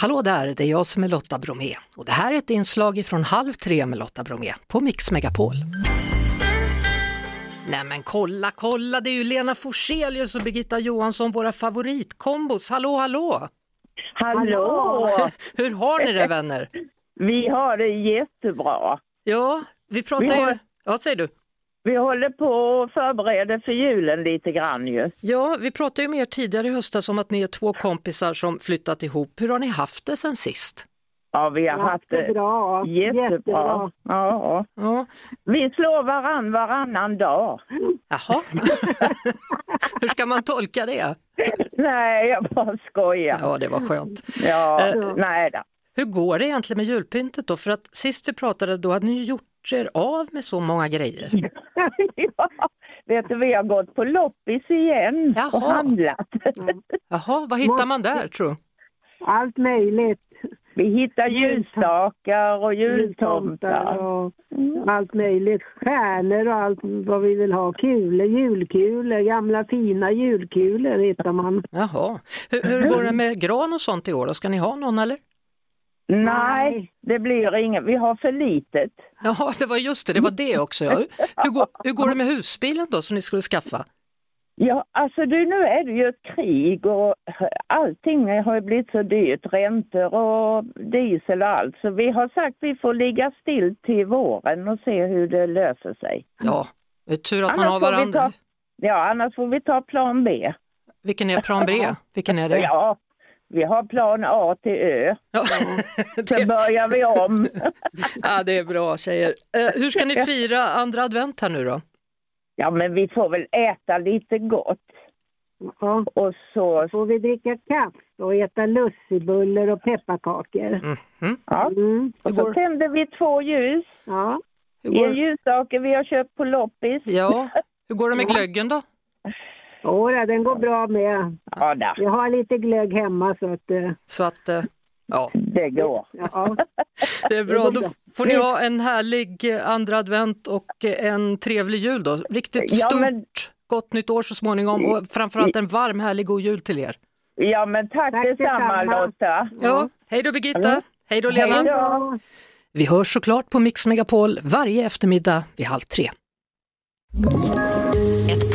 Hallå där, det är jag som är Lotta Bromé och det här är ett inslag från Halv tre med Lotta Bromé på Mix Megapol. Nej men kolla, kolla, det är ju Lena Forselius och Birgitta Johansson, våra favoritkombos. Hallå, hallå! Hallå! Hur har ni det vänner? Vi har det jättebra. Ja, vi Vi pratar ju... har- Ja, säger du? Vi håller på och förbereder för julen lite grann ju. Ja, vi pratade ju mer tidigare i höstas om att ni är två kompisar som flyttat ihop. Hur har ni haft det sen sist? Ja, vi har haft det Jättebra. jättebra. Ja. Ja. Vi slår varann varannan dag. Jaha, hur ska man tolka det? Nej, jag bara skojar. Ja, Ja, det var skönt. Eh. nej då. Hur går det egentligen med julpyntet då? För att sist vi pratade då hade ni ju gjort er av med så många grejer. ja. Vet du, vi har gått på loppis igen och Jaha. handlat. Jaha, vad hittar man där tror du? Allt möjligt. Vi hittar ljusstakar och Jultomtar jultomtar. och Mm. allt möjligt. Stjärnor och allt vad vi vill ha. Kulor, julkulor, gamla fina julkulor hittar man. Jaha, hur, hur går det med gran och sånt i år då? Ska ni ha någon eller? Nej, det blir inget. Vi har för litet. Jaha, det var just det, det var det också. Ja. Hur, hur, går, hur går det med husbilen då som ni skulle skaffa? Ja, alltså du, nu är det ju ett krig och allting har ju blivit så dyrt. Räntor och diesel och allt. Så vi har sagt vi får ligga still till våren och se hur det löser sig. Ja, det är tur att man Annars har får vi varandra. ta- Ja, annars får vi ta plan B. Vilken är plan B? Vilken är det? Ja, vi har plan A till Ö. Ja, Sen det, börjar vi om. ja, det är bra tjejer. Eh, hur ska ni fira andra advent här nu då? Ja, men vi får väl äta lite gott. Ja. Och så, Får vi dricka kaffe och äta lussebullar och pepparkakor. Mhm. ja, Mm. och Hur går- så tänder vi två ljus. Ja. Hur I en går, ljusstake vi har köpt på loppis. ja, hur går det med glöggen då? Jodå, den går bra med. Ja, där. Jag har lite glögg hemma så att... eh, Så att, eh, ja, det går. Ja. det är bra. Då får ni ha en härlig eh, andra advent och eh, en trevlig jul då. Riktigt Ja, stort men- gott nytt år så småningom och framförallt en varm härlig god jul till er. Ja, men tack, Tack detsamma, detsamma. Lotta. Ja, hej då Birgitta, hej då Lena. Hej då. Ja. Vi hörs såklart på Mix Megapol varje eftermiddag vid halv tre. Ett